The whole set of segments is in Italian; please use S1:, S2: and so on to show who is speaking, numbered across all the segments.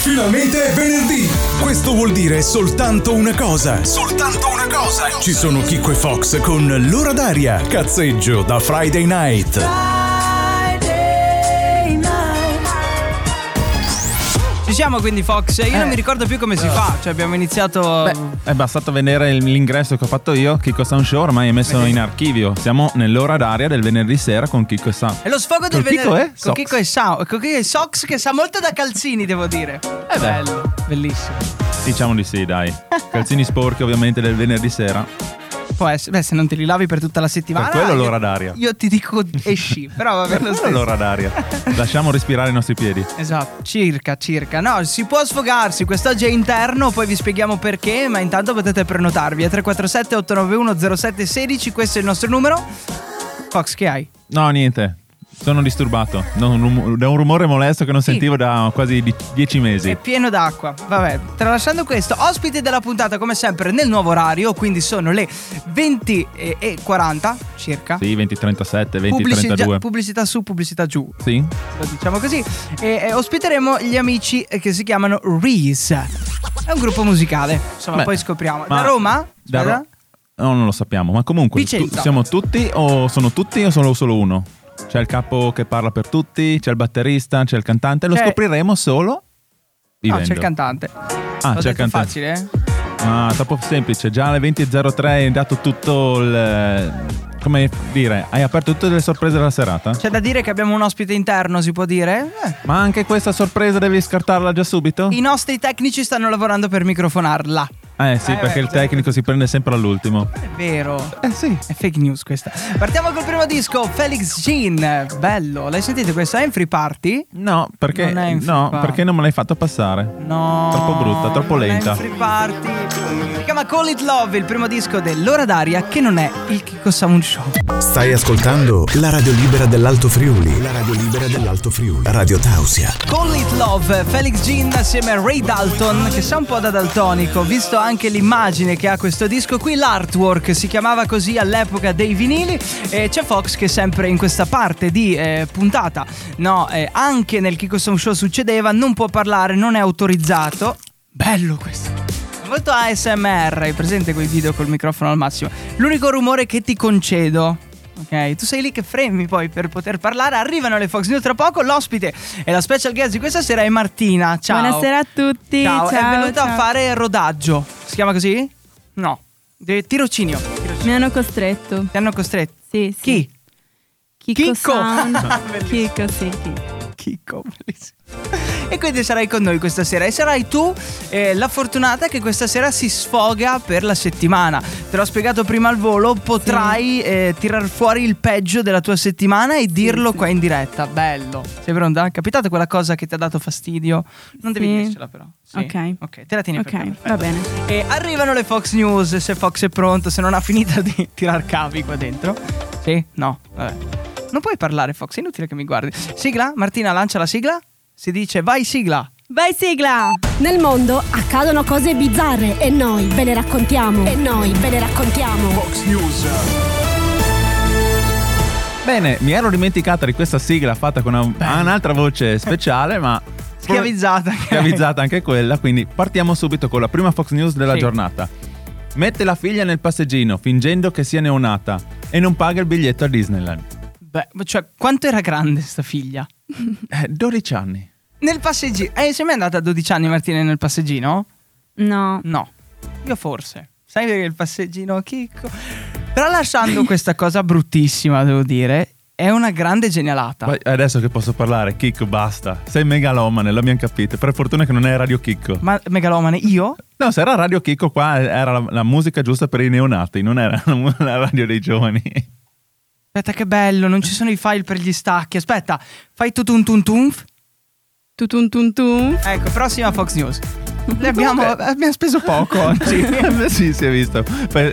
S1: È venerdì! Questo vuol dire soltanto una cosa. Soltanto una cosa! Ci sono Chicco e Fox con l'ora d'aria. Cazzeggio da Friday night.
S2: Ci siamo quindi Fox, io
S3: Eh.
S2: non mi ricordo più come si fa, cioè abbiamo iniziato...
S3: È bastato vedere il- l'ingresso che ho fatto io, Kiko Sound Show ormai è messo in archivio. Siamo nell'ora d'aria del venerdì sera con Kiko e Sound.
S2: È lo sfogo del
S3: Col Chicco
S2: venerdì.
S3: e
S2: Con
S3: Sox.
S2: Chicco e Sao- con Chicco e Sox che sa molto da calzini, devo dire.
S3: Eh
S2: È bello, bellissimo.
S3: Diciamo di sì, dai. Calzini sporchi ovviamente del venerdì sera.
S2: Può essere, beh, se non te li lavi per tutta la settimana.
S3: Per quello
S2: io-
S3: l'ora d'aria.
S2: Io ti dico esci, però va bene lo stesso.
S3: Allora d'aria. Lasciamo respirare i nostri piedi.
S2: Esatto, circa, circa. No, si può sfogarsi, quest'oggi è interno, poi vi spieghiamo perché, ma intanto potete prenotarvi. È 347-891-0716, questo è il nostro numero. Fox, che hai?
S3: No, niente. Sono disturbato da un, rum- da un rumore molesto che non sentivo da quasi di- dieci mesi.
S2: È pieno d'acqua. Vabbè, tralasciando questo, ospiti della puntata come sempre nel nuovo orario, quindi sono le 20 e e 40 circa.
S3: Sì, 2037,
S2: Pubblici- già-
S3: 2032.
S2: pubblicità su, pubblicità giù,
S3: Sì.
S2: lo diciamo così. E, e ospiteremo gli amici eh, che si chiamano Reese. È un gruppo musicale, insomma,
S3: Beh,
S2: poi scopriamo.
S3: ma-
S2: Da Roma?
S3: Da
S2: Aspetta.
S3: Ro- No, non lo sappiamo, ma comunque tu-
S2: Vicenza.
S3: siamo tutti o sono tutti o sono solo uno? C'è il capo che parla per tutti, c'è il batterista, c'è il cantante, lo
S2: C'è-
S3: scopriremo solo
S2: No,
S3: vivendo.
S2: c'è il cantante.
S3: Ah,
S2: L'ho
S3: c'è il
S2: detto
S3: cantante.
S2: facile, eh?
S3: Ma troppo semplice, già alle 20.03 hai dato tutto il... come dire, hai aperto tutte le sorprese della serata?
S2: C'è da dire che abbiamo un ospite interno, si può dire? Eh.
S3: Ma anche questa sorpresa devi scartarla già subito?
S2: I nostri tecnici stanno lavorando per microfonarla.
S3: Eh sì,
S2: Eh,
S3: perché
S2: beh,
S3: il
S2: certo.
S3: tecnico si prende sempre all'ultimo.
S2: È vero.
S3: Eh sì.
S2: È fake news questa. Partiamo col primo disco, Felix Jean. Bello, l'hai sentito questa? È in free party?
S3: No, perché
S2: Non è in
S3: no,
S2: FIFA.
S3: perché non me l'hai fatto passare?
S2: No.
S3: Troppo brutta, troppo
S2: non è in
S3: lenta.
S2: free party. Si chiama Call It Love, il primo disco dell'ora d'aria che non è il Kiko Sound Show.
S4: Stai ascoltando la radio libera dell'Alto Friuli. La radio libera dell'Alto Friuli. Radio Tausia.
S2: Call It Love, Felix Jean assieme a Ray Dalton, che sa un po' da daltonico, visto anche l'immagine che ha questo disco qui, l'artwork si chiamava così all'epoca dei vinili e c'è Fox che sempre in questa parte di eh, puntata, no, eh, anche nel Kiko Sound Show succedeva, non può parlare, non è autorizzato. Bello questo. Molto ASMR, hai presente quei video col microfono al massimo. L'unico rumore che ti concedo. Ok, tu sei lì che fremi poi per poter parlare. Arrivano le Fox News tra poco. L'ospite e la special guest di questa sera è Martina. Ciao.
S5: Buonasera a tutti.
S2: Ciao,
S5: ciao,
S2: è venuta a
S5: ciao.
S2: fare rodaggio. Si chiama così? No. De- tirocinio.
S5: Mi hanno costretto.
S2: Ti hanno costretto.
S5: Sì, sì.
S2: Chi?
S5: Chicco.
S2: Chicco.
S5: Sound.
S2: Bellissimo.
S5: Chicco, sì, sì.
S2: Chicco, bellissimo. E quindi sarai con noi questa sera e sarai tu eh, la fortunata che questa sera si sfoga per la settimana. Te l'ho spiegato prima al volo, potrai eh, tirar fuori il peggio della tua settimana e dirlo qua in diretta. Bello. Sei pronta? Capitate quella cosa che ti ha dato fastidio? Non devi
S5: Sì.
S2: dircela però. Sì.
S5: Ok.
S2: Ok, te la tieni per te.
S5: Ok,
S2: perfetto.
S5: va bene.
S2: E arrivano le Fox News, se Fox è pronto, se non ha finito di tirar cavi qua dentro. Sì? No, vabbè. Non puoi parlare Fox, è inutile che mi guardi. Sigla? Martina lancia la sigla? Si dice vai sigla.
S5: Vai sigla.
S6: Nel mondo accadono cose bizzarre e noi ve le raccontiamo. E noi ve le raccontiamo.
S3: Bene, mi ero dimenticata di questa sigla fatta con una- ha un'altra voce speciale, ma
S2: Schiavizzata.
S3: schiavizzata anche quella, quindi partiamo subito con la prima Fox News della
S2: Sì.
S3: giornata. Mette la figlia nel passeggino fingendo che sia neonata e non paga il biglietto a Disneyland.
S2: Beh, cioè, quanto era grande sta figlia?
S3: Eh, 12 anni.
S2: Nel passeggino. Eh, sei mai andata a 12 anni Martina nel passeggino?
S5: No.
S2: No, io forse. Sai perché il passeggino chicco. Tralasciando questa cosa bruttissima, devo dire, è una grande genialata.
S3: Poi adesso che posso parlare, Chicco, basta. Sei megalomane, l'abbiamo capito. Per fortuna che non è Radio Chicco.
S2: Ma megalomane, io?
S3: No, se era Radio Chicco qua era la, la musica giusta per i neonati, non era la mu- la radio dei giovani.
S2: Aspetta che bello, non ci sono i file per gli stacchi. Aspetta, fai tutun tun tunf.
S5: Tutun tun tun.
S2: Ecco, prossima Fox News. Ne abbiamo,
S3: Vabbè.
S2: abbiamo speso poco oggi.
S3: Beh, sì, si è visto. Beh,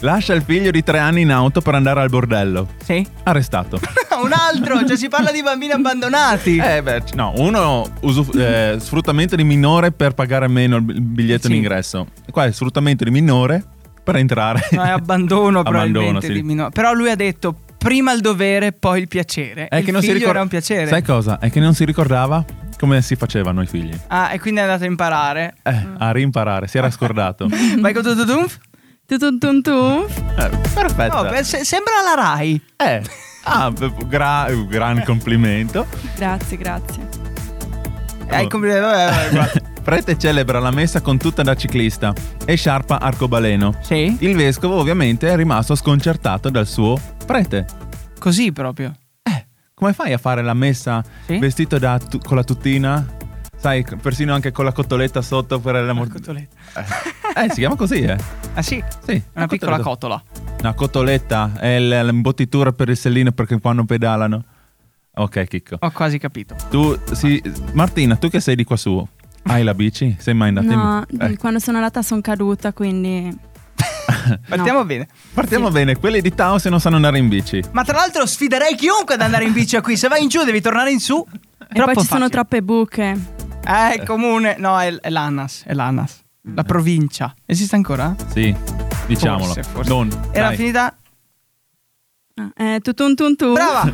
S3: Lascia il figlio di tre anni in auto per andare al bordello.
S2: sì.
S3: Arrestato.
S2: Un altro, cioè si parla di bambini abbandonati.
S3: Eh, beh, c- no, uno usuf- eh, sfruttamento di minore per pagare meno il bi- il biglietto
S2: Sì.
S3: d'ingresso. Qua è sfruttamento di minore per entrare.
S2: No, è abbandono probabilmente.
S3: sì.
S2: di minore. Però lui ha detto prima il dovere, poi il piacere.
S3: È
S2: il
S3: Eh, che non si
S2: figlio
S3: ricor-
S2: era un piacere.
S3: Sai cosa? È che non si ricordava come si facevano i figli.
S2: Ah, e quindi è andato a imparare.
S3: Eh, a rimparare, si era scordato.
S2: Vai con tutto tunf?
S5: Tutuntuntunf.
S3: Eh, perfetto.
S2: No, beh, se- sembra la Rai.
S3: Eh, ah, b- gra- un gran complimento.
S5: Grazie, grazie.
S3: Eh,
S2: Hai il compl- Ecco, eh, vabbè, vabbè, guarda.
S3: Prete celebra la messa con tutta da ciclista e sciarpa arcobaleno.
S2: Sì?
S3: Il vescovo ovviamente è rimasto sconcertato dal suo prete.
S2: Così proprio.
S3: Eh, come fai a fare la messa
S2: Sì?
S3: vestito da tu- con la tuttina? Sai, c- persino anche con la cotoletta sotto per la mor-
S2: Cotoletta.
S3: Eh, eh, si chiama così, eh?
S2: Ah sì,
S3: Sì. ecco
S2: una piccola cotola.
S3: Una cotoletta è l- l'imbottitura per il sellino perché quando pedalano. Ok, Chicco.
S2: Ho quasi capito.
S3: Tu, sì, Martina, tu che sei di qua su, hai la bici? Sei mai andata in-
S5: No,
S3: Ecco.
S5: quando sono nata sono caduta, quindi...
S2: Partiamo bene.
S3: Partiamo bene, quelli di Tao se non sanno andare in bici.
S2: Ma tra l'altro sfiderei chiunque ad andare in bici a qui. Se vai in giù devi tornare in su.
S5: E poi ci sono troppe buche.
S2: Eh, il comune. No, è, è l'ANAS. È l'ANAS. La provincia. Esiste ancora?
S3: Sì, Eh. diciamolo.
S2: Forse, forse.
S3: Non,
S2: Era
S3: dai.
S2: finita.
S5: Ah, Eh, tutuntuntunf.
S2: Brava!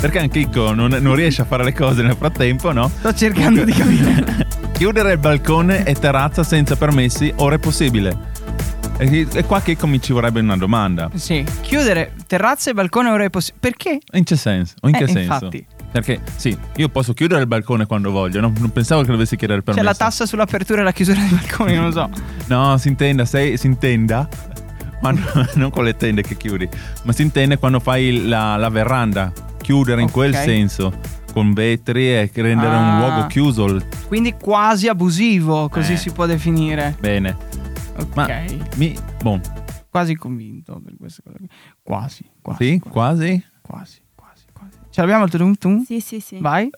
S3: Perché anche Chicco non, non riesce a fare le cose nel frattempo, no?
S2: Sto cercando di capire.
S3: Chiudere il balcone e terrazza senza permessi ora è possibile. E, e qua Chicco mi ci vorrebbe una domanda.
S2: Sì. Chiudere terrazza e balcone ora è possibile. Perché?
S3: In che senso? In che
S2: Eh,
S3: senso?
S2: infatti.
S3: Perché sì, io posso chiudere il balcone quando voglio, non, non pensavo che dovessi chiedere il
S2: C'è
S3: permesso.
S2: la tassa sull'apertura e la chiusura dei balconi, non lo so.
S3: No, si intenda, sei- si intenda. Ma no- non con le tende che chiudi, ma si intende quando fai la, la veranda. Chiudere in
S2: Ok.
S3: quel senso, con vetri e rendere
S2: Ah.
S3: un luogo chiuso. il-
S2: Quindi quasi abusivo, così
S3: Eh.
S2: si può definire.
S3: Bene.
S2: Ok.
S3: Ma- Mi, boh,
S2: Quasi convinto per questa cosa. qui. Quasi, quasi.
S3: sì,
S2: quasi,
S3: quasi.
S2: quasi, quasi, quasi. Ce l'abbiamo il tum tum?
S5: Sì, sì, sì.
S2: Vai.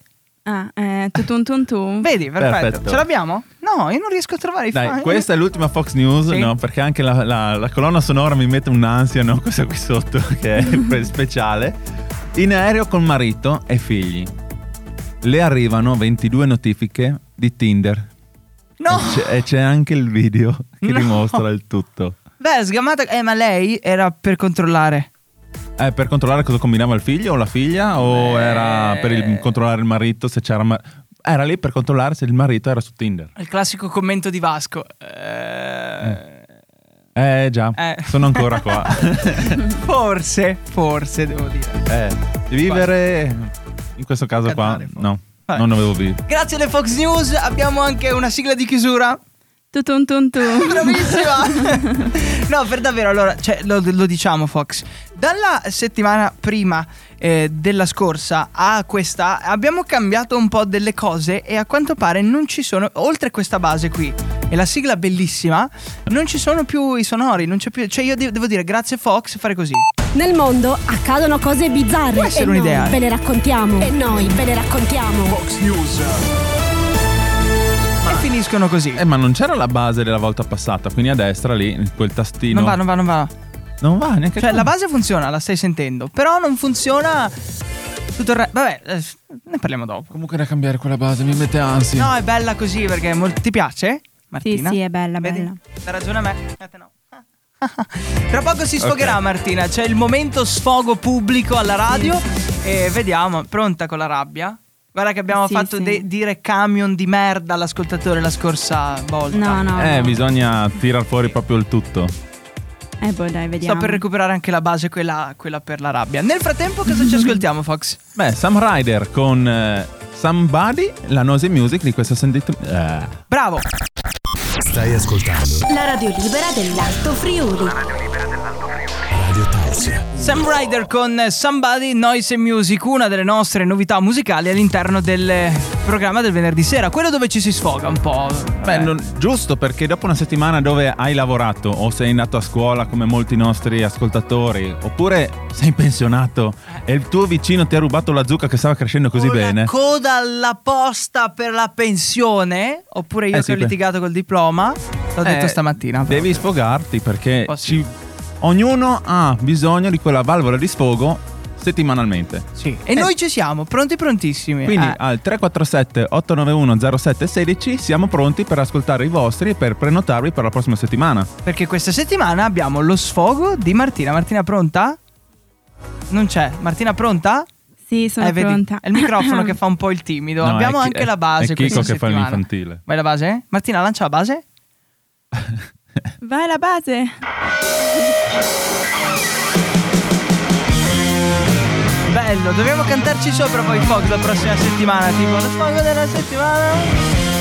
S5: Ah, eh, tutuntuntunf.
S2: Vedi, perfetto.
S3: Perfetto.
S2: Ce l'abbiamo? No, io non riesco a trovare i
S3: Dai,
S2: file.
S3: questa è l'ultima Fox News,
S2: Sì.
S3: no? Perché anche la, la- la colonna sonora mi mette un'ansia, no? Questa qui sotto, che è pre- speciale. In aereo con marito e figli. Le arrivano 22 notifiche di Tinder.
S2: No!
S3: E c'è, e c'è anche il video che
S2: No.
S3: dimostra il tutto.
S2: Beh, sgamata. Eh, ma lei era per controllare.
S3: Eh, per controllare cosa combinava il figlio o la figlia? O
S2: Beh.
S3: era per il- controllare il marito se c'era... ma- era lì per controllare se il marito era su Tinder.
S2: Il classico commento di Vasco. Eh,
S3: Eh già,
S2: Eh.
S3: sono ancora qua.
S2: Forse, forse devo dire.
S3: Eh, vivere in questo caso qua
S2: Cantare, forse.
S3: no,
S2: Vabbè.
S3: non avevo vivo.
S2: Grazie alle Fox News abbiamo anche una sigla di chiusura.
S5: Tutuntuntunf.
S2: Bravissima! no, per davvero, allora, cioè, lo, lo diciamo Fox. Dalla settimana prima eh, della scorsa a questa abbiamo cambiato un po' delle cose e a quanto pare non ci sono, oltre questa base qui e la sigla bellissima, non ci sono più i sonori, non c'è più... Cioè io de- devo dire grazie Fox fare così.
S6: Nel mondo accadono cose bizzarre
S2: Può
S6: e
S2: essere
S6: noi
S2: un'idea.
S6: ve le raccontiamo. E noi ve le raccontiamo.
S1: Fox News.
S2: E finiscono così.
S3: Eh, ma non c'era la base della volta passata, quindi a destra lì, quel tastino.
S2: Non va, non va, non va.
S3: Non va neanche
S2: Cioè
S3: tu.
S2: la base funziona, la stai sentendo, però non funziona tutto il resto. Vabbè, eh, ne parliamo dopo.
S3: Comunque da cambiare quella base, mi mette ansia.
S2: No, è bella così perché è molto- ti piace? Martina?
S5: sì, è bella,
S2: Vedi?
S5: bella.
S2: Dà ragione a me. A te no. Tra poco si sfogherà Martina, c'è il momento sfogo pubblico alla radio e vediamo, pronta con la rabbia? Guarda che abbiamo
S5: Sì,
S2: fatto
S5: sì.
S2: de- dire camion di merda all'ascoltatore la scorsa volta.
S5: No, no.
S3: eh,
S5: no.
S3: bisogna tirar fuori proprio il tutto.
S5: Eh, boh, dai, vediamo.
S2: Sto per recuperare anche la base, quella, quella per la rabbia. Nel frattempo cosa ci ascoltiamo Fox?
S3: Beh, Sam Ryder con eh, Somebody, la noisy music di questa sentita. Eh.
S2: Bravo!
S4: Stai ascoltando
S6: La radio libera dell'Alto Friuli.
S4: Radio Tausia.
S2: Sam Ryder con Somebody Noise and Music, una delle nostre novità musicali all'interno del programma del venerdì sera, quello dove ci si sfoga un po'.
S3: Beh,
S2: Eh,
S3: non- giusto perché dopo una settimana dove hai lavorato o sei andato a scuola come molti nostri ascoltatori oppure sei pensionato e il tuo vicino ti ha rubato la zucca che stava crescendo così
S2: con
S3: bene.
S2: La coda alla posta per la pensione, oppure io
S3: Eh
S2: che
S3: sì,
S2: ho
S3: beh.
S2: litigato col diploma, l'ho detto
S3: Eh,
S2: stamattina. però.
S3: Devi sfogarti perché
S2: Un po' sì.
S3: ci- ognuno ha bisogno di quella valvola di sfogo settimanalmente.
S2: Sì. E noi ci siamo, pronti prontissimi.
S3: Eh. Quindi ah.
S2: Eh,
S3: al 347 891 0716 siamo pronti per ascoltare i vostri e per prenotarvi per la prossima settimana.
S2: perché questa settimana abbiamo lo sfogo di Martina. Martina pronta? Non c'è. Martina pronta?
S5: Sì, sono
S2: Eh, vedi,
S5: pronta.
S2: È il microfono che fa un po' il timido.
S3: No,
S2: Abbiamo
S3: è chi-
S2: anche
S3: è-
S2: la base.
S3: è Chico
S2: questa
S3: che fa
S2: settimana.
S3: l'infantile.
S2: Vai la base? Martina, lancia la base.
S5: Vai la base.
S2: Bello, dobbiamo cantarci sopra poi Fox la prossima settimana. Tipo, lo sfogo della settimana.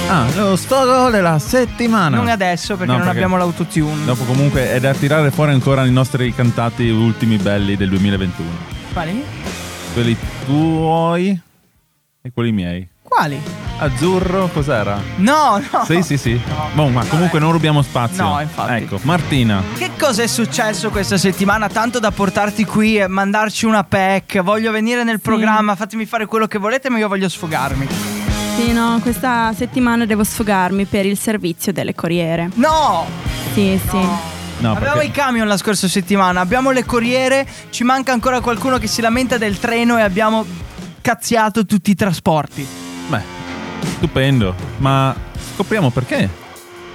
S3: Ah, lo sfogo della settimana.
S2: Non adesso perché
S3: No,
S2: non
S3: perché-
S2: abbiamo l'autotune.
S3: Dopo comunque è da tirare fuori ancora i nostri cantati ultimi belli del 2021.
S2: Quali?
S3: Quelli tuoi e quelli miei.
S2: Quali?
S3: Azzurro cos'era?
S2: No, no.
S3: Sì, sì, sì.
S2: No.
S3: Boh, ma
S2: No,
S3: comunque
S2: eh.
S3: non rubiamo spazio.
S2: No, infatti.
S3: Ecco, Martina.
S2: Che cosa è successo questa settimana? Tanto da portarti qui e mandarci una pack. Voglio venire nel programma, fatemi fare quello che volete, ma io voglio sfogarmi.
S5: Sì, no, questa settimana devo sfogarmi per il servizio delle corriere.
S2: No!
S5: Sì, sì.
S3: No,
S2: abbiamo
S3: perché-
S2: i camion la scorsa settimana, abbiamo le corriere, ci manca ancora qualcuno che si lamenta del treno e abbiamo cazziato tutti i trasporti.
S3: Beh, stupendo. Ma scopriamo perché.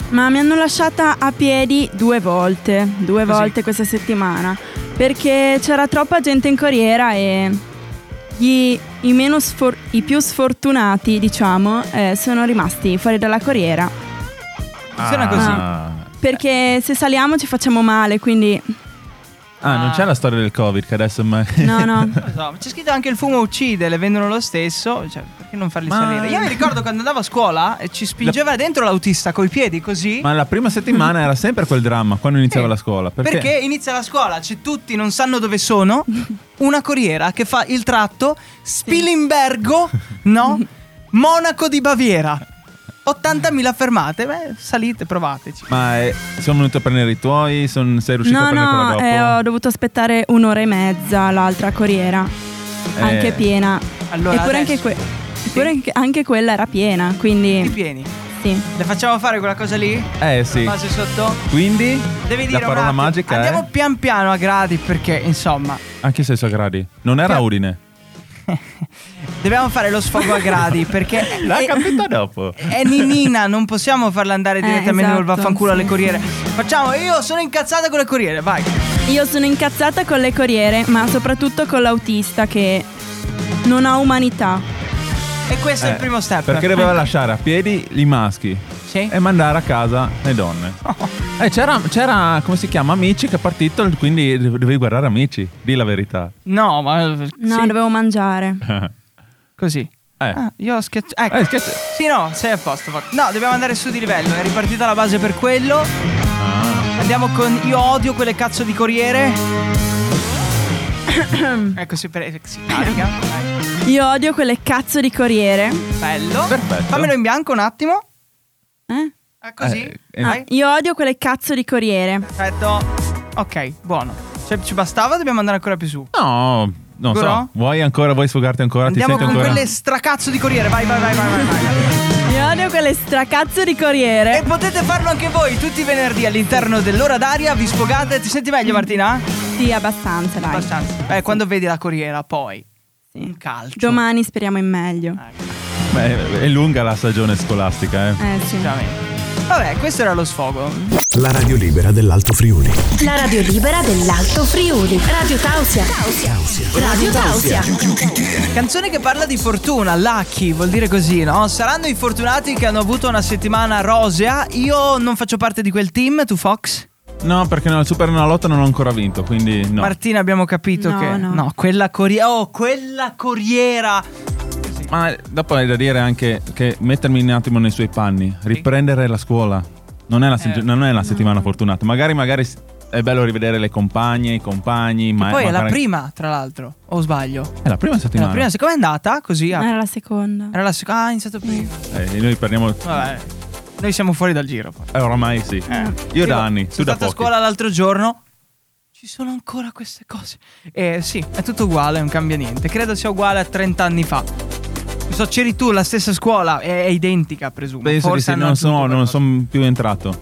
S5: Ma mi hanno lasciata a piedi due volte, due
S2: Così.
S5: volte questa settimana, perché c'era troppa gente in corriera e gli- i, meno sfor- i più sfortunati, diciamo, eh, sono rimasti fuori dalla corriera.
S2: Funziona
S3: ah,
S2: così.
S5: Perché se saliamo ci facciamo male, quindi
S3: Ah, non c'è la storia del Covid che adesso... ma-
S5: no, no.
S2: Non so, C'è scritto anche il fumo uccide, le vendono lo stesso, cioè perché non farli
S3: Ma-
S2: salire? Io mi ricordo quando andavo a scuola e ci spingeva dentro l'autista coi piedi così.
S3: Ma la prima settimana era sempre quel dramma quando iniziava
S2: Sì.
S3: la scuola. Perché?
S2: Perché inizia la scuola, c'è tutti non sanno dove sono. Una corriera che fa il tratto Spilimbergo, no? Monaco di Baviera. 80.000 fermate. Beh, salite, provateci.
S3: Ma eh, sono venuto a prendere i tuoi? Son- sei riuscito a
S5: No,
S3: prendere quella
S5: no,
S3: dopo?
S5: eh, ho dovuto aspettare un'ora e mezza l'altra corriera,
S3: Eh,
S5: anche piena.
S2: Allora,
S5: Eppure
S2: adesso-
S5: anche, que- eppure anche- anche quella era piena,
S2: Tutti
S5: quindi
S2: pieni.
S5: sì.
S2: Le facciamo fare quella cosa lì?
S3: Eh sì.
S2: La base sotto?
S3: Quindi
S2: Devi dire
S3: la
S2: un
S3: parola
S2: attimo.
S3: magica
S2: Andiamo
S3: è...
S2: pian piano a gradi perché, insomma,
S3: Anche se so gradi. Non era
S2: Pia-
S3: Udine.
S2: dobbiamo fare lo sfogo a gradi perché
S3: L'ha
S2: eh,
S3: capito dopo.
S2: È Ninina, non possiamo farla andare
S5: Eh,
S2: direttamente col
S5: esatto,
S2: vaffanculo alle
S5: sì.
S2: corriere. Facciamo, io sono incazzata con le corriere, vai.
S5: Io sono incazzata con le corriere, ma soprattutto con l'autista che non ha umanità.
S2: E questo è il
S3: Eh,
S2: primo step. Eh.
S3: Perché Eh, doveva lasciare a piedi i maschi
S2: Sì.
S3: e mandare a casa le donne. Eh, c'era, c'era, come si chiama, Amici che è partito, quindi dovevi guardare Amici, di la verità.
S2: No, ma
S5: No,
S2: sì,
S5: dovevo mangiare.
S2: così.
S3: Eh.
S2: Ah, io ho schiacciato. Ecco.
S3: Eh, scherzo.
S2: Sì, no, sei a posto. Fox. No, dobbiamo andare su di livello. È ripartita la base per quello.
S3: Ah.
S2: Andiamo con Io odio quelle cazzo di corriere. ecco, si, pre- si carica. Ecco,
S5: Io odio quelle cazzo di corriere.
S2: Bello.
S3: Perfetto.
S2: Fammelo in bianco un attimo.
S5: Eh?
S2: Eh, Così.
S3: Eh, eh,
S2: Vai.
S5: Io odio quelle cazzo di corriere.
S2: Perfetto. Ok, buono. Cioè, ci bastava, dobbiamo andare ancora più su.
S3: No, non
S2: Però?
S3: so. Vuoi ancora, vuoi sfogarti ancora?
S2: Andiamo
S3: ti
S2: con
S3: senti ancora?
S2: quelle stracazzo di corriere. Vai, vai, vai, vai, vai, vai.
S5: Io odio quelle stracazzo di
S2: E
S5: corriere.
S2: potete farlo anche voi tutti i venerdì all'interno dell'ora d'aria. Vi sfogate. Ti senti meglio, Martina?
S5: Sì, abbastanza, dai.
S2: Abbastanza. Eh, quando vedi la corriera, poi.
S5: Sì.
S2: Un calcio.
S5: Domani speriamo in meglio.
S2: Ecco,
S3: Beh, è lunga la stagione scolastica, eh.
S5: Eh sì.
S2: sicuramente. Vabbè, questo era lo sfogo.
S4: La radio libera dell'Alto Friuli.
S6: La radio libera dell'Alto Friuli. Radio Tausia. Radio Tausia.
S2: Canzone che parla di fortuna, lucky, vuol dire così, no? Saranno i fortunati che hanno avuto una settimana rosea. Io non faccio parte di quel team, tu Fox?
S3: No, perché no, il Super Nalotto non ho ancora vinto, quindi no.
S2: Martina abbiamo capito
S5: No,
S2: che
S5: no.
S2: quella corriera oh quella corriera
S3: Ma dopo è da dire anche che mettermi un attimo nei suoi panni, riprendere la scuola. Non è la, se-
S2: Eh.
S3: non è la settimana fortunata. Magari, magari s- è bello rivedere le compagne, i compagni. Ma
S2: poi è la
S3: magari-
S2: prima tra l'altro o sbaglio
S3: È la prima
S2: è la
S3: settimana.
S2: prima siccome è andata così a-
S5: Era la seconda.
S2: era la seconda ah è iniziato prima
S3: Eh, noi parliamo.
S2: vabbè noi siamo fuori dal giro poi.
S3: Eh, oramai sì. Io da anni, tu
S2: sono
S3: da
S2: stato a
S3: pochi.
S2: scuola l'altro giorno ci sono ancora queste cose eh sì è tutto uguale non cambia niente credo sia uguale a 30 anni fa Non so c'eri tu la stessa scuola è, è identica presumo
S3: Penso
S2: Forse
S3: di sì,
S2: hanno
S3: non,
S2: aggiunto
S3: sono, non
S2: qualcosa.
S3: sono più entrato.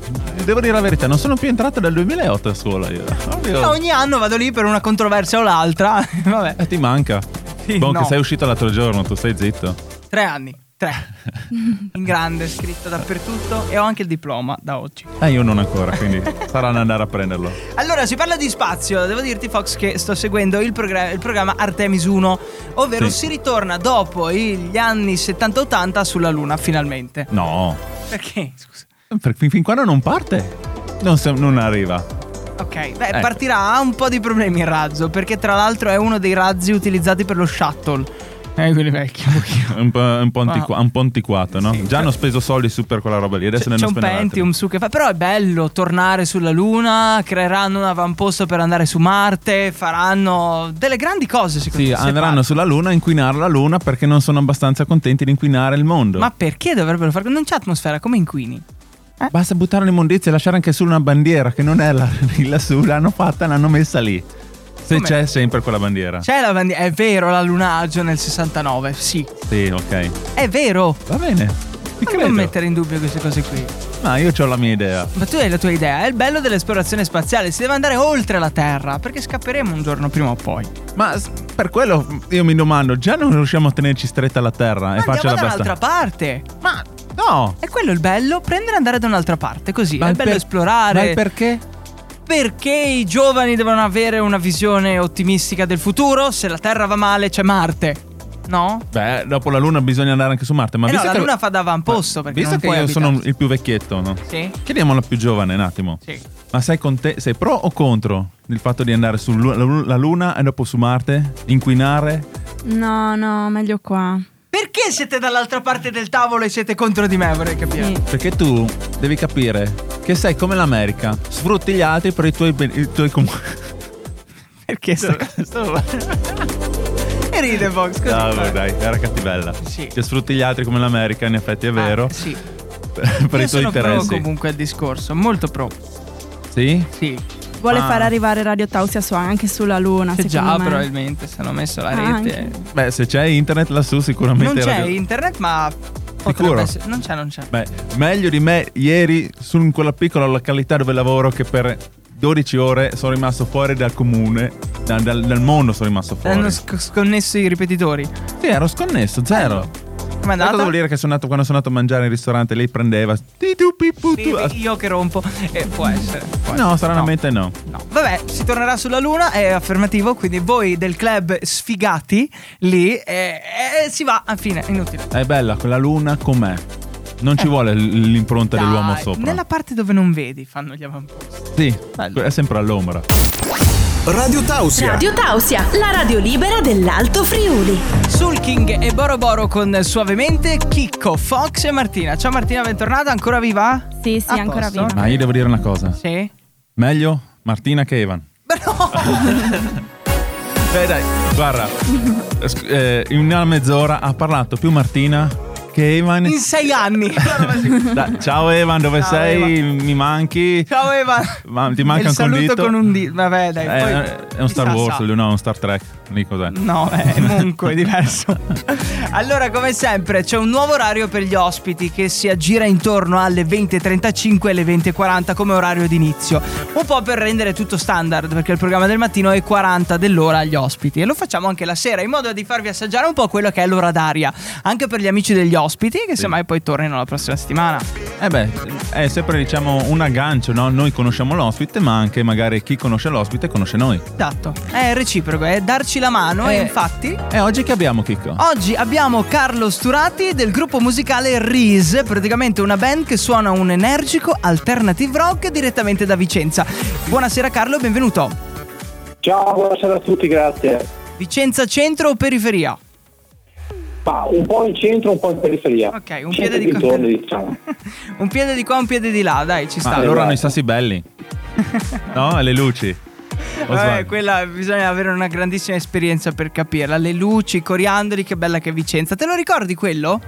S3: Devo dire la verità, non sono più entrato dal 2008 a scuola. Io. Proprio-
S2: No, ogni anno vado lì per una controversia o l'altra vabbè
S3: Eh, ti manca.
S2: Sì,
S3: bon,
S2: no.
S3: che sei uscito l'altro giorno, tu stai zitto.
S2: tre anni Tre. In grande, scritto dappertutto. E ho anche il diploma da oggi.
S3: Eh, io non ancora, quindi sarà da andare a prenderlo.
S2: Allora, si parla di spazio. Devo dirti, Fox, che sto seguendo il, progra- il programma Artemis 1, ovvero
S3: Sì.
S2: si ritorna dopo i- gli anni 70-80 sulla Luna, finalmente.
S3: No,
S2: Perché? Scusa.
S3: perché fin, fin quando non parte, non, se- non arriva.
S2: Ok, beh,
S3: Ecco.
S2: partirà ha un po' di problemi il razzo, perché tra l'altro è uno dei razzi utilizzati per lo shuttle. Eh, quelli vecchi.
S3: È un po', è un po'
S2: Ma-
S3: antiqua- un po' antiquato, no?
S2: Ah. Sì.
S3: Già hanno speso soldi su per quella roba lì, adesso
S2: C'è,
S3: ne
S2: c'è
S3: hanno
S2: un
S3: speso
S2: Pentium su che fa. Però è bello tornare sulla Luna. Creeranno un avamposto per andare su Marte. Faranno delle grandi cose, secondo
S3: Sì,
S2: me. se
S3: andranno
S2: fa-
S3: sulla Luna a inquinare la Luna perché non sono abbastanza contenti di inquinare il mondo.
S2: Ma perché dovrebbero fare? Non c'è atmosfera, come inquini? Eh.
S3: Basta buttare le immondizie e lasciare anche solo una bandiera che non è la, lassù, l'hanno fatta, l'hanno messa lì. Se
S2: Come?
S3: c'è sempre quella bandiera.
S2: C'è la bandiera. È vero la lunaggio nel 69, sì.
S3: Sì, ok.
S2: È vero.
S3: Va bene. Ti
S2: Ma
S3: credo.
S2: non mettere in dubbio queste cose qui.
S3: Ma io ho la mia idea.
S2: Ma tu hai la tua idea. È il bello dell'esplorazione spaziale. Si deve andare oltre la Terra. Perché scapperemo un giorno prima o poi.
S3: Ma s- per quello io mi domando, già non riusciamo a tenerci stretta la terra e
S2: Ma andiamo
S3: farcela
S2: da un'altra
S3: abbastanza.
S2: parte.
S3: Ma no!
S2: E quello è il bello, prendere e andare da un'altra parte, così.
S3: Ma
S2: è
S3: il
S2: bello
S3: per-
S2: esplorare.
S3: Ma il perché?
S2: Perché i giovani devono avere una visione ottimistica del futuro? Se la Terra va male c'è Marte. No?
S3: Beh, dopo la Luna bisogna andare anche su Marte. Ma
S2: Eh no,
S3: visto
S2: la
S3: che...
S2: Luna fa da avamposto,
S3: Ma-
S2: perché
S3: Visto
S2: non
S3: che
S2: puoi
S3: io sono
S2: abitarci.
S3: il più vecchietto, no?
S2: Sì?
S3: Chiediamo alla più giovane un attimo.
S2: Sì.
S3: Ma sei, con te, sei pro o contro il fatto di andare sulla Luna e dopo su Marte? Inquinare?
S5: No, no, meglio qua.
S2: Perché siete dall'altra parte del tavolo e siete contro di me, vorrei capire.
S5: Sì.
S3: Perché tu devi capire che sei come l'America. Sfrutti gli altri per i tuoi... ben- i tuoi com-
S2: Perché sta E ride Ah, Fox, così.
S3: No, vabbè, dai, era cattivella.
S2: Sì.
S3: Cioè, sfrutti gli altri come l'America, in effetti è
S2: Ah,
S3: vero.
S2: sì.
S3: per
S2: Io
S3: i tuoi
S2: sono pro
S3: interessi.
S2: comunque al discorso, molto pro.
S3: Sì?
S2: Sì.
S5: Vuole
S3: Ah.
S5: far arrivare Radio Tausia su anche sulla Luna.
S2: C'è Eh già
S5: secondo me.
S2: probabilmente, se hanno messo la
S5: Ah,
S2: rete.
S5: anche.
S3: Beh, se c'è internet lassù
S2: Non
S3: sicuramente...
S2: c'è
S3: radio-
S2: internet, ma potrebbe
S3: Sicuro?
S2: essere. Non c'è, non c'è.
S3: Beh, meglio di me ieri su in quella piccola località dove lavoro che per 12 ore sono rimasto fuori dal comune, da- dal, dal mondo sono rimasto fuori.
S2: Hanno sc- sconnesso i ripetitori.
S3: Eh, Sì, ero sconnesso, zero.
S2: Come è
S3: Ma cosa
S2: andata?
S3: vuol dire che sono andato, quando sono andato a mangiare in ristorante lei prendeva... ti tu pi pu tu-
S2: Sì, Io che rompo. Eh, può essere. può
S3: No,
S2: essere.
S3: stranamente no.
S2: No. Vabbè, si tornerà sulla Luna, è affermativo, quindi voi del club sfigati lì eh, eh, si va, a fine, inutile.
S3: È bella quella luna com'è. Non ci vuole l- l'impronta dell'uomo
S2: Dai,
S3: sopra.
S2: Nella parte dove non vedi fanno gli avamposti.
S3: Sì,
S2: Bello.
S3: è sempre all'ombra.
S4: Radio Tausia.
S7: Radio Tausia, la radio libera dell'Alto Friuli.
S2: Sulking e Boro Boro con Suavemente, Chicco, Fox e Martina. Ciao Martina, bentornata, ancora viva?
S5: Sì, sì,
S2: A
S5: ancora
S2: posto?
S5: viva.
S3: Ma Ah, io devo dire una cosa.
S2: Sì.
S3: Meglio Martina che Evan.
S2: Ma no!
S3: Beh dai, guarda, sc- eh, in una mezz'ora ha parlato più Martina che Evan.
S2: In sei anni.
S3: Da- ciao Evan, dove
S2: Ciao,
S3: sei? Mi manchi?
S2: Ciao Eva.
S3: Ma ti manca
S2: Il
S3: un
S2: saluto
S3: condito?
S2: con un dito. Vabbè, dai.
S3: Eh,
S2: poi
S3: è un Star
S2: chissà,
S3: Wars,
S2: sa.
S3: lui, no, un Star Trek. Lì cos'è?
S2: No, è munco, è diverso. allora, come sempre, c'è un nuovo orario per gli ospiti che si aggira intorno alle 20.35 e alle 20.40 come orario d'inizio. Un po' per rendere tutto standard, perché il programma del mattino è 40 dell'ora agli ospiti. E lo facciamo anche la sera, in modo di farvi assaggiare un po' quello che è l'ora d'aria. Anche per gli amici degli ospiti, che semmai poi tornino la prossima settimana.
S3: Eh beh, è sempre diciamo un aggancio, no? Noi conosciamo l'ospite, ma anche magari chi conosce l'ospite conosce noi.
S2: Esatto, è reciproco, è darci la mano e
S3: Eh.
S2: infatti...
S3: E oggi che abbiamo, Chicco? Ah,
S2: Oggi abbiamo Carlo Sturati del gruppo musicale Reese, praticamente una band che suona un energico alternative rock direttamente da Vicenza. Buonasera Carlo e benvenuto.
S8: Ciao, buonasera a tutti, grazie.
S2: Vicenza centro o periferia?
S8: Ma un po' in centro, un po' in periferia.
S2: Ok, un
S8: Centro
S2: piede
S8: e
S2: di
S8: dintorni,
S2: cotte.
S8: diciamo.
S2: un piede di qua, un piede di là, dai, ci
S3: Ma
S2: sta.
S3: Ah, allora
S8: guarda.
S3: hanno i sassi belli. no? E le luci. O
S2: Vabbè,
S3: sbaglio?
S2: Eh, quella bisogna avere una grandissima esperienza per capirla. Le luci, i coriandoli, che bella che è Vicenza. Te lo ricordi quello?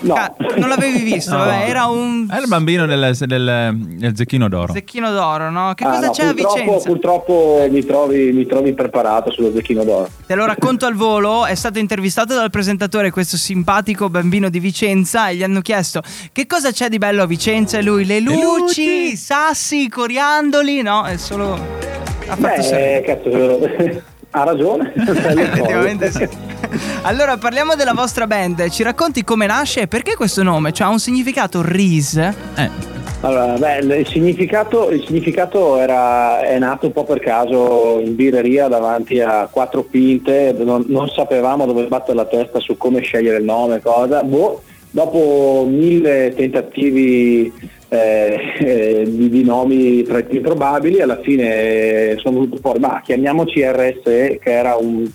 S8: No.
S2: Ca- non l'avevi visto,
S3: No. Eh,
S2: vabbè, era un
S3: È il bambino del, del- del zecchino d'oro.
S2: zecchino d'oro, no? Che
S8: Ah,
S2: cosa
S8: no,
S2: c'è a
S8: purtroppo,
S2: Vicenza?
S8: Purtroppo mi trovi, mi trovi preparato sullo zecchino d'oro.
S2: Te lo racconto al volo, è stato intervistato dal presentatore questo simpatico bambino di Vicenza e gli hanno chiesto che cosa c'è di bello a Vicenza e lui le luci,
S3: luci."
S2: i sassi, i coriandoli, no, è solo... Ha fatto
S8: Beh,
S2: sorridere.
S8: cazzo, Ha ragione. Belle
S2: Effettivamente sì.
S8: cose.
S2: Allora parliamo della vostra band, ci racconti come nasce e perché questo nome? Cioè ha un significato RIS?
S3: Eh,
S8: Allora, beh, il- il significato, il significato era, è nato un po' per caso in birreria davanti a quattro pinte, non, non sapevamo dove battere la testa su come scegliere il nome, cosa. Boh, dopo mille tentativi eh, eh, di, di nomi tra i più probabili, alla fine eh, sono venuto fuori, ma chiamiamoci RSE, che era un-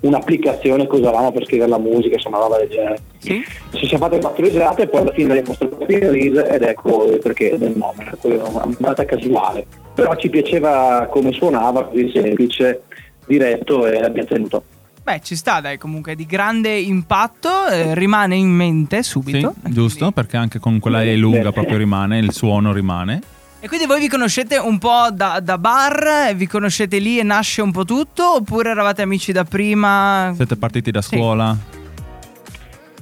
S8: un'applicazione che usavamo per scrivere la musica, insomma, roba del genere
S2: Sì.
S8: ci siamo fatte quattro risate e poi alla fine abbiamo fatto il release ed ecco il perché del nome, quello è una data casuale. Però ci piaceva come suonava, così semplice, diretto e l'abbiamo tenuto.
S2: Beh, ci sta, dai, comunque è di grande impatto, eh, rimane in mente
S3: sì,
S2: subito.
S3: giusto, perché anche con quella E lunga proprio rimane, il suono rimane.
S2: E quindi voi vi conoscete un po' da, da bar, eh, vi conoscete lì e nasce un po' tutto, oppure eravate amici da prima?
S3: Siete partiti da
S2: Sì.
S3: scuola?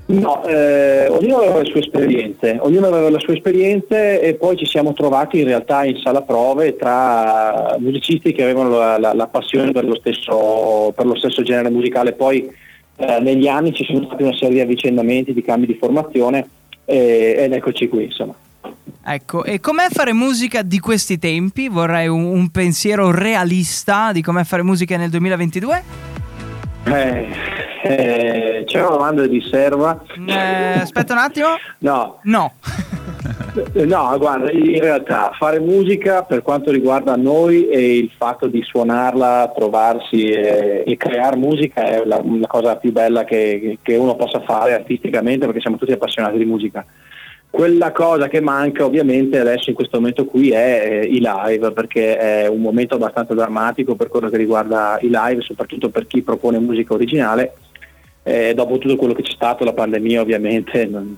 S8: No, eh, ognuno aveva le sue esperienze, ognuno aveva le sue esperienze e poi ci siamo trovati in realtà in sala prove tra musicisti che avevano la, la- la passione per lo, stesso, per lo stesso genere musicale. Poi eh, negli anni ci sono stati una serie di avvicendamenti, di cambi di formazione e- ed eccoci qui insomma.
S2: Ecco, e com'è fare musica di questi tempi? Vorrei un, un pensiero realista di com'è fare musica nel 2022?
S8: Eh, eh, c'è una domanda di serva.
S2: Eh, aspetta un attimo.
S8: No,
S2: No.
S8: Eh, No, guarda, in realtà fare musica per quanto riguarda noi e il fatto di suonarla, trovarsi e, e creare musica è la, la cosa più bella che, che uno possa fare artisticamente perché siamo tutti appassionati di musica. Quella cosa che manca ovviamente adesso in questo momento qui è eh, i live perché è un momento abbastanza drammatico per quello che riguarda i live, soprattutto per chi propone musica originale. Eh, dopo tutto quello che c'è stato, la pandemia ovviamente, non-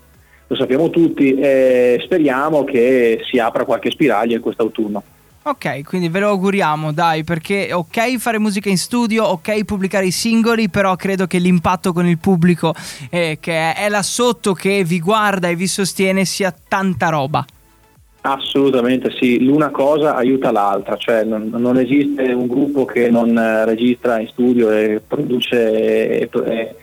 S8: lo sappiamo tutti e speriamo che si apra qualche spiraglio in quest'autunno.
S2: Ok, quindi ve lo auguriamo, dai, perché ok fare musica in studio, ok pubblicare i singoli, però credo che l'impatto con il pubblico eh, che è là sotto, che vi guarda e vi sostiene, sia tanta roba.
S8: Assolutamente sì, l'una cosa aiuta l'altra, cioè non, non esiste un gruppo che non eh, registra in studio e produce e, e-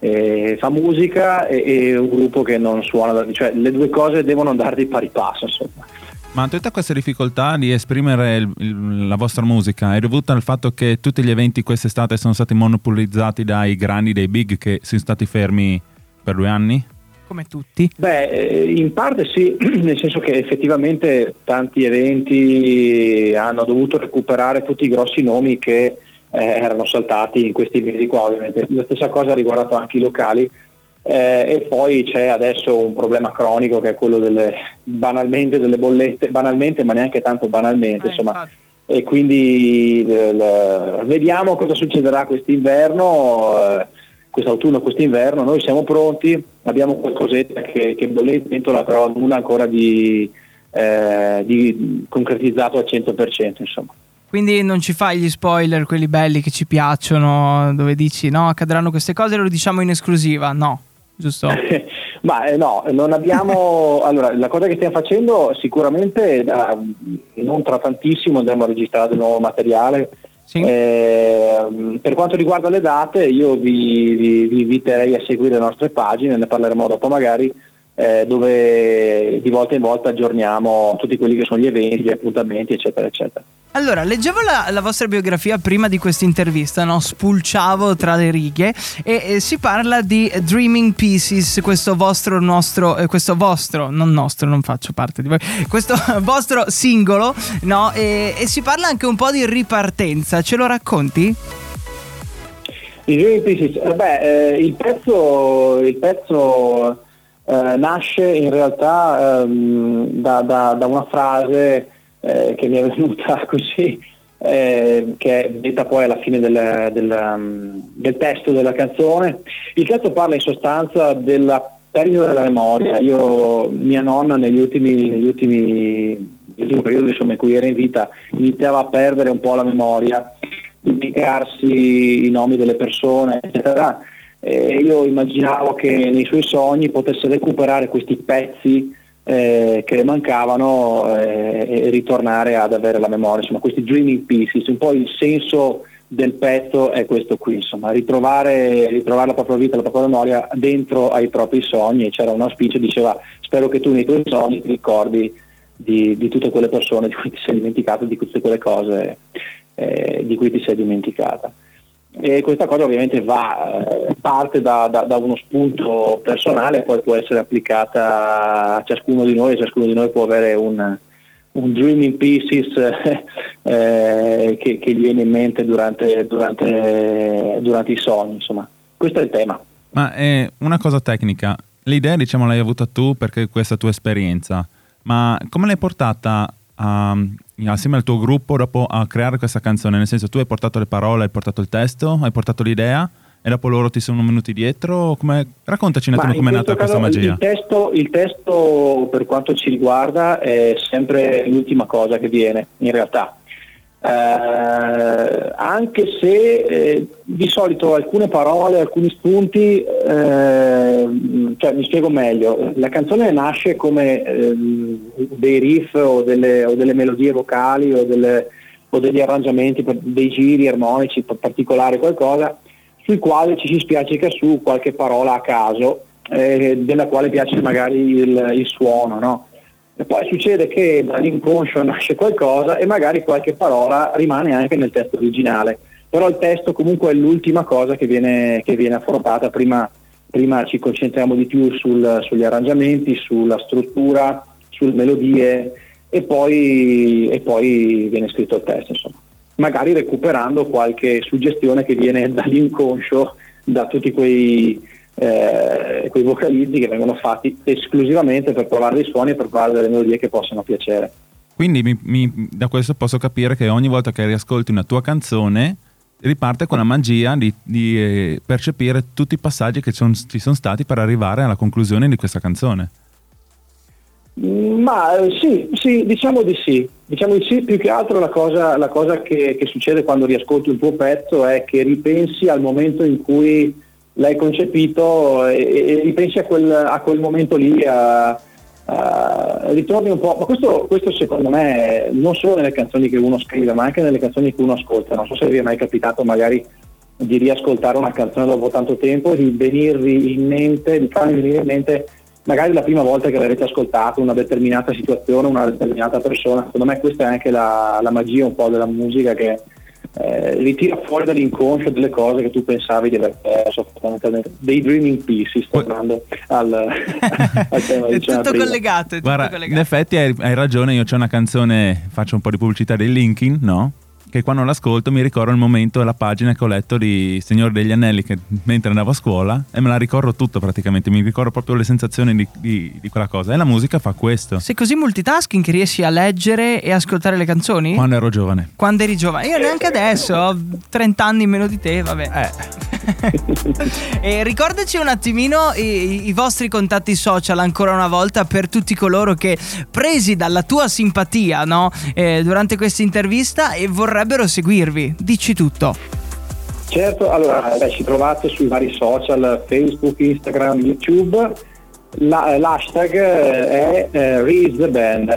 S8: e fa musica e, e un gruppo che non suona, da- cioè le due cose devono andare di pari passo insomma.
S3: Ma tutta questa difficoltà di esprimere il- il- la vostra musica è dovuta al fatto che tutti gli eventi quest'estate sono stati monopolizzati dai grandi, dai big che sono stati fermi per due anni?
S2: Come tutti.
S8: Beh, eh, in parte sì, nel senso che effettivamente tanti eventi hanno dovuto recuperare tutti i grossi nomi che eh, erano saltati in questi mesi qua, ovviamente. La stessa cosa ha riguardato anche i locali eh, e poi c'è adesso un problema cronico che è quello delle, banalmente delle bollette, banalmente ma neanche tanto banalmente,
S2: Eh,
S8: insomma,
S2: infatti.
S8: e quindi il- il- vediamo cosa succederà quest'inverno, eh, quest'autunno, quest'inverno, noi siamo pronti, abbiamo qualcosetta che, che bolle in pentola, però nulla ancora di, eh, di concretizzato al 100%. Insomma.
S2: Quindi non ci fai gli spoiler, quelli belli che ci piacciono, dove dici no, accadranno queste cose, lo diciamo in esclusiva. No, giusto?
S8: Ma eh, no, non abbiamo. allora, la cosa che stiamo facendo sicuramente da- non tra tantissimo andremo a registrare del nuovo materiale.
S2: Sì.
S8: Eh. Ehm, per quanto riguarda le date, io vi, vi- vi inviterei a seguire le nostre pagine, ne parleremo dopo magari, eh, dove di volta in volta aggiorniamo tutti quelli che sono gli eventi, gli appuntamenti, eccetera, eccetera.
S2: Allora, leggevo la, la vostra biografia prima di questa intervista, no? spulciavo tra le righe e, eh, si parla di Dreaming Pieces, questo vostro, nostro, eh, questo vostro, non nostro, non faccio parte di voi, questo vostro singolo, no? E, e si parla anche un po' di ripartenza, ce lo racconti?
S8: I Dream Pieces, eh, beh, eh, il pezzo, il pezzo, eh, nasce in realtà ehm, da, da- da una frase eh, che mi è venuta così, eh, che è detta poi alla fine del, del, mm, del testo della canzone. Il testo parla in sostanza della perdita della memoria. Io, mia nonna negli ultimi, negli ultimi nell'ultimo periodo insomma, in cui era in vita iniziava a perdere un po' la memoria dimenticarsi i nomi delle persone, eccetera. E io immaginavo che nei suoi sogni potesse recuperare questi pezzi eh, che le mancavano eh, e ritornare ad avere la memoria, insomma questi dreaming pieces, un po' il senso del pezzo è questo qui, insomma, ritrovare, ritrovare la propria vita, la propria memoria dentro ai propri sogni. C'era un auspicio, diceva spero che tu nei tuoi sogni ti ricordi di, di tutte quelle persone di cui ti sei dimenticato, di tutte quelle cose eh, di cui ti sei dimenticata. E questa cosa ovviamente va, eh, parte da, da- da uno spunto personale, poi può essere applicata a ciascuno di noi, ciascuno di noi può avere un, un dream in pieces eh, che, che gli viene in mente durante, durante- durante i sogni. Insomma, questo è il tema.
S3: Ma è una cosa tecnica. L'idea, diciamo, l'hai avuta tu perché questa è tua esperienza. Ma come l'hai portata a- assieme al tuo gruppo dopo a creare questa canzone? Nel senso, tu hai portato le parole, hai portato il testo, hai portato l'idea e dopo loro ti sono venuti dietro? Come... Raccontaci un
S8: Ma
S3: attimo
S8: in
S3: com'è nata
S8: questo
S3: questa
S8: caso il-
S3: magia.
S8: Il testo, il testo, per quanto ci riguarda è sempre l'ultima cosa che viene in realtà. Eh, anche se eh, di solito alcune parole, alcuni spunti, eh, cioè mi spiego meglio, la canzone nasce come ehm, dei riff o delle, o delle melodie vocali o, delle- o degli arrangiamenti, per- dei giri armonici per- particolari, qualcosa, sui quali ci si spiacica su qualche parola a caso, eh, della quale piace magari il, il suono, no? E poi succede che dall'inconscio nasce qualcosa e magari qualche parola rimane anche nel testo originale, però il testo comunque è l'ultima cosa che viene, che viene affrontata, prima, prima ci concentriamo di più sul- sugli arrangiamenti, sulla struttura, sulle melodie e poi, e poi viene scritto il testo, insomma magari recuperando qualche suggestione che viene dall'inconscio, da tutti quei, eh, quei vocalizzi che vengono fatti esclusivamente per provare dei suoni e per provare delle melodie che possono piacere.
S3: Quindi mi- mi- da questo posso capire che ogni volta che riascolti una tua canzone riparte con la magia di, di, eh, percepire tutti i passaggi che son- ci sono stati per arrivare alla conclusione di questa canzone.
S8: Ma eh, sì, sì, diciamo di sì. Diciamo di sì, più che altro la cosa, la cosa che, che succede quando riascolti un tuo pezzo è che ripensi al momento in cui l'hai concepito e, e- e ripensi a quel, a quel momento lì, a- a- ritorni un po'. Ma questo, questo secondo me non solo nelle canzoni che uno scrive, ma anche nelle canzoni che uno ascolta. Non so se vi è mai capitato magari di riascoltare una canzone dopo tanto tempo, di venirvi in mente, di farvi venire in mente magari la prima volta che l'avete ascoltato, una determinata situazione, una determinata persona. Secondo me questa è anche la, la magia un po' della musica che eh, ritira fuori dall'inconscio delle cose che tu pensavi di aver perso, fondamentalmente. dei dreaming pieces, tornando al, al tema
S2: è
S8: di
S2: tutto collegato, è tutto
S3: Guarda, in
S2: collegato.
S3: effetti hai, hai ragione, io c'ho una canzone, faccio un po' di pubblicità dei Linkin, no? Che quando l'ascolto mi ricordo il momento e la pagina che ho letto di Signore degli Anelli che, mentre andavo a scuola e me la ricordo tutto praticamente, mi ricordo proprio le sensazioni di, di- di quella cosa e la musica fa questo.
S2: Sei così multitasking che riesci a leggere e ascoltare le canzoni?
S3: Quando ero giovane.
S2: Quando eri giovane, io neanche adesso, ho 30 anni meno di te, vabbè. e ricordaci un attimino i, i vostri contatti social ancora una volta per tutti coloro che, presi dalla tua simpatia, no? Eh, durante questa intervista e vorrebbero seguirvi. Dici tutto.
S8: Certo, allora beh, ci trovate sui vari social, Facebook, Instagram, YouTube. La- eh, l'hashtag eh, è eh, Reese the Band,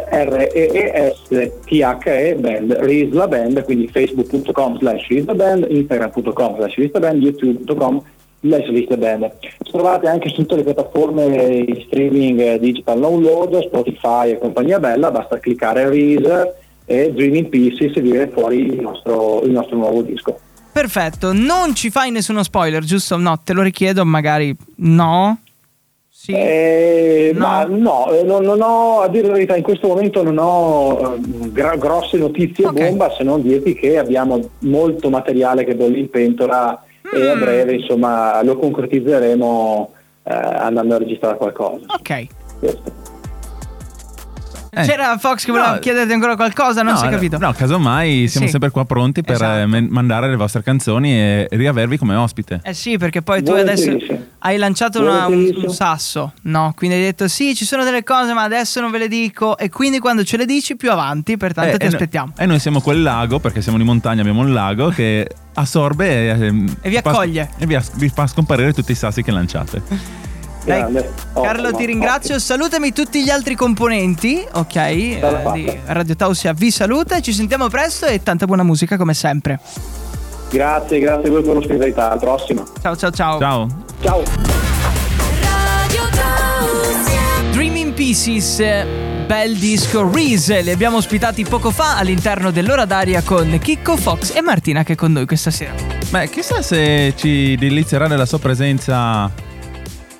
S8: R-E-E-S-T-H-E Band, Reese la Band, quindi facebook.com slash Reese the Band, instagram.com slash Reese the Band, youtube.com slash Reese the Band. Ci trovate anche su tutte le piattaforme di streaming eh, digital download, Spotify e compagnia bella, basta cliccare Reese e Dream in Pieces e viene fuori il nostro- il nostro nuovo disco.
S2: Perfetto, non ci fai nessuno spoiler, giusto? No, te lo richiedo, magari no. Sì.
S8: Eh,
S2: No.
S8: Ma no, eh, non, non ho, a dire la verità, in questo momento non ho eh, gra- grosse notizie a
S2: Ok.
S8: bomba se non dirti che abbiamo molto materiale che bolle in pentola e a
S2: Mm.
S8: breve insomma lo concretizzeremo eh, andando a registrare qualcosa.
S2: Ok.
S8: Questo.
S3: Eh.
S2: C'era Fox che voleva
S3: No.
S2: chiederti ancora qualcosa, non si è
S3: no,
S2: capito.
S3: No, casomai siamo
S2: Sì.
S3: sempre qua pronti per
S2: Esatto.
S3: eh, men- mandare le vostre canzoni e riavervi come ospite.
S2: Eh sì, perché poi tu adesso
S8: Volentierissimo.
S2: hai lanciato una- un,
S8: Volentierissimo.
S2: un sasso, no? Quindi hai detto sì, ci sono delle cose, ma adesso non ve le dico. E quindi quando ce le dici, più avanti, pertanto
S3: Eh,
S2: ti
S3: e no-
S2: aspettiamo.
S3: E noi siamo quel lago, perché siamo di montagna, abbiamo un lago che assorbe e, ehm,
S2: E vi
S3: fa-
S2: accoglie.
S3: e vi, as- vi fa scomparire tutti i sassi che lanciate.
S2: Dai,
S8: Grande.
S2: Carlo,
S8: Ottimo,
S2: ti ringrazio.
S8: ottimo.
S2: Salutami tutti gli altri componenti, ok? eh,
S8: Sarà fatto.
S2: di Radio Tausia vi saluta. Ci sentiamo presto e tanta buona musica come sempre.
S8: Grazie, grazie a voi per l'ospitalità. Alla prossima.
S2: Ciao ciao ciao.
S3: Ciao.
S8: Ciao.
S2: Dream in Pieces. eh, Bel disco Reese, li abbiamo ospitati poco fa all'interno dell'ora d'aria con Chicco Fox e Martina che è con noi questa sera.
S3: Beh, chissà se ci delizierà della sua presenza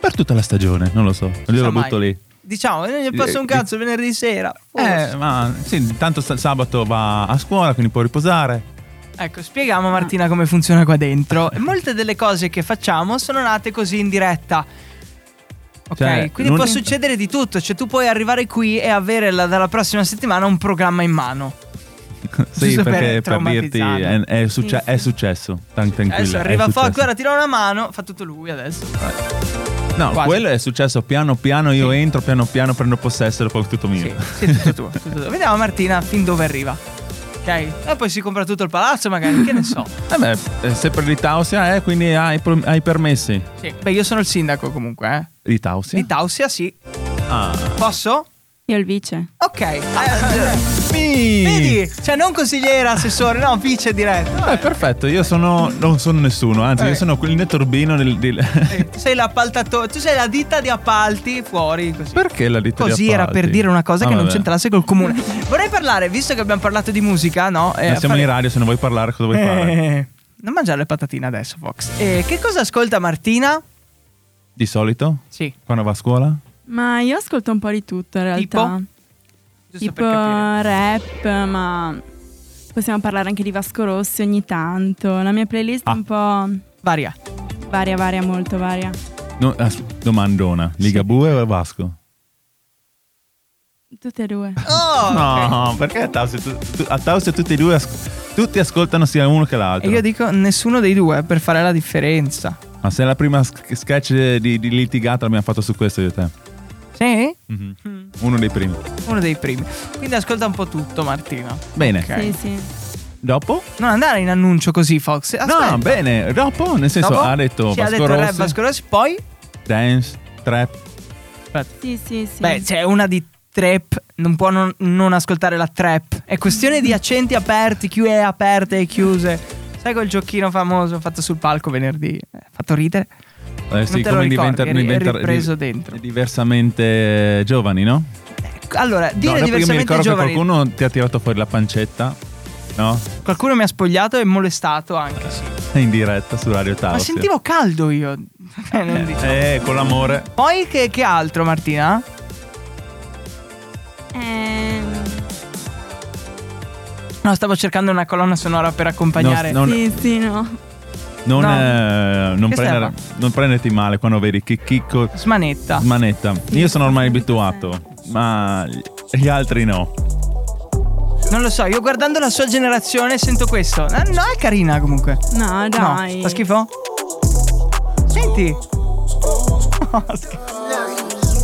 S3: per tutta la stagione, non lo so. Io lo
S2: Sa mai.
S3: butto lì.
S2: Diciamo, non gli passa un cazzo venerdì sera.
S3: Eh,
S2: Forse.
S3: ma sì, tanto sa- sabato va a scuola, quindi può riposare.
S2: Ecco, spieghiamo a Martina come funziona qua dentro. E Molte delle cose che facciamo sono nate così in diretta. Ok,
S3: Cioè,
S2: quindi
S3: non-
S2: può succedere di tutto. Cioè, tu puoi arrivare qui e avere la- dalla prossima settimana un programma in mano.
S3: Sì,
S2: Giusto per
S3: perché per dirti
S2: traumatizzare.
S3: è, è succe- è successo. Tan- tranquilla,
S2: Adesso
S3: è
S2: arriva
S3: successo.
S2: Fox, guarda, tira una mano, fa tutto lui adesso.
S3: No,
S2: Quasi.
S3: quello è successo piano piano. Io entro, piano piano prendo possesso e poi è tutto mio.
S2: Sì, sì, tutto tuo, tutto tuo. Vediamo Martina fin dove arriva. Ok? E poi si compra tutto il palazzo, magari, che ne so.
S3: Eh beh, è sempre di Tausia, eh, quindi hai, pro- hai permessi.
S2: Sì. Beh, io sono il sindaco comunque, eh.
S3: Di Tausia?
S2: Di Tausia, sì.
S3: ah.
S2: Posso?
S5: Io il vice.
S2: Ok. Eh, Vedi? Cioè, non consigliere, assessore, no, vice diretto.
S3: Eh, perfetto, io sono. non sono nessuno, anzi,
S2: Eh.
S3: io sono quel netturbino del. del-
S2: Eh, Tu sei l'appaltatore, tu sei la ditta di appalti fuori così.
S3: Perché la ditta di
S2: Così era
S3: appalti?
S2: per dire una cosa
S3: Ah,
S2: che non
S3: vabbè.
S2: c'entrasse col comune. Vorrei parlare, visto che abbiamo parlato di musica, no? Eh,
S3: Ma siamo
S2: fare-
S3: in radio, se non vuoi parlare, cosa vuoi fare?
S2: Eh, Non mangiare le patatine adesso, Fox. Eh, che cosa ascolta Martina?
S3: Di solito?
S2: Sì.
S3: Quando va a scuola?
S5: Ma io ascolto un po' di tutto in realtà.
S2: Giusto
S5: Tipo
S2: per capire.
S5: rap, ma possiamo parlare anche di Vasco Rossi ogni tanto. La mia playlist
S2: Ah.
S5: è un po'
S2: eh, Varia.
S5: varia, varia, molto varia.
S3: No, as- domandona, Ligabue o Vasco?
S5: Tutte e due.
S2: Oh, ok.
S3: No, perché a Tausia, tu- tu- a Tausia tutti e due as- tutti ascoltano sia uno che l'altro.
S2: E io dico nessuno dei due per fare la differenza.
S3: Ma se è la prima sk- sketch di, di litigata l'abbiamo fatto su questo io e te.
S2: Sì?
S3: Mhm.
S2: Mm-hmm.
S3: Uno dei primi.
S2: Uno dei primi. Quindi ascolta un po' tutto, Martina.
S3: Bene.
S2: Ok.
S5: Sì, sì.
S3: Dopo?
S2: Non andare in annuncio così, Fox. Aspetta.
S3: No, bene. Dopo, nel senso,
S2: Dopo?
S3: ha detto
S2: Sì, ha
S3: Vasco
S2: detto
S3: Rossi,
S2: rap, Vasco Rossi, poi
S3: dance, trap. eh,
S5: Sì, sì, sì.
S2: Beh, c'è una di trap, non può non, non ascoltare la trap. È questione di accenti aperti, chiuse aperte e chiuse. Sai quel giochino famoso fatto sul palco venerdì? Eh, Fatto ridere.
S3: Eh,
S2: te
S3: sì,
S2: lo
S3: come
S2: ricordi,
S3: diventa,
S2: eri-
S3: diventa-
S2: eri preso
S3: di-
S2: dentro.
S3: Diversamente giovani, no?
S2: Eh, Allora,
S3: No,
S2: dire
S3: dopo io mi
S2: diversamente
S3: ricordo
S2: giovani.
S3: che qualcuno ti ha tirato fuori la pancetta, no?
S2: Qualcuno mi ha spogliato e molestato anche. sì.
S3: In diretta su Radio
S2: Ma
S3: Tausia.
S2: sentivo caldo io. Eh, non dico.
S3: Ah, Eh, con l'amore.
S2: Poi che, che altro, Martina?
S5: Ehm,
S2: No, stavo cercando una colonna sonora per accompagnare.
S3: No, non-
S5: Sì, sì, no.
S3: Non,
S2: No.
S3: eh, non
S2: Che
S3: prendere- non prenderti male quando vedi che Chicco
S2: Smanetta.
S3: smanetta. Io sono ormai abituato, ma gli altri no.
S2: Non lo so, io guardando la sua generazione sento questo. Eh, No, è carina comunque.
S5: No, dai.
S2: No, fa schifo? Senti.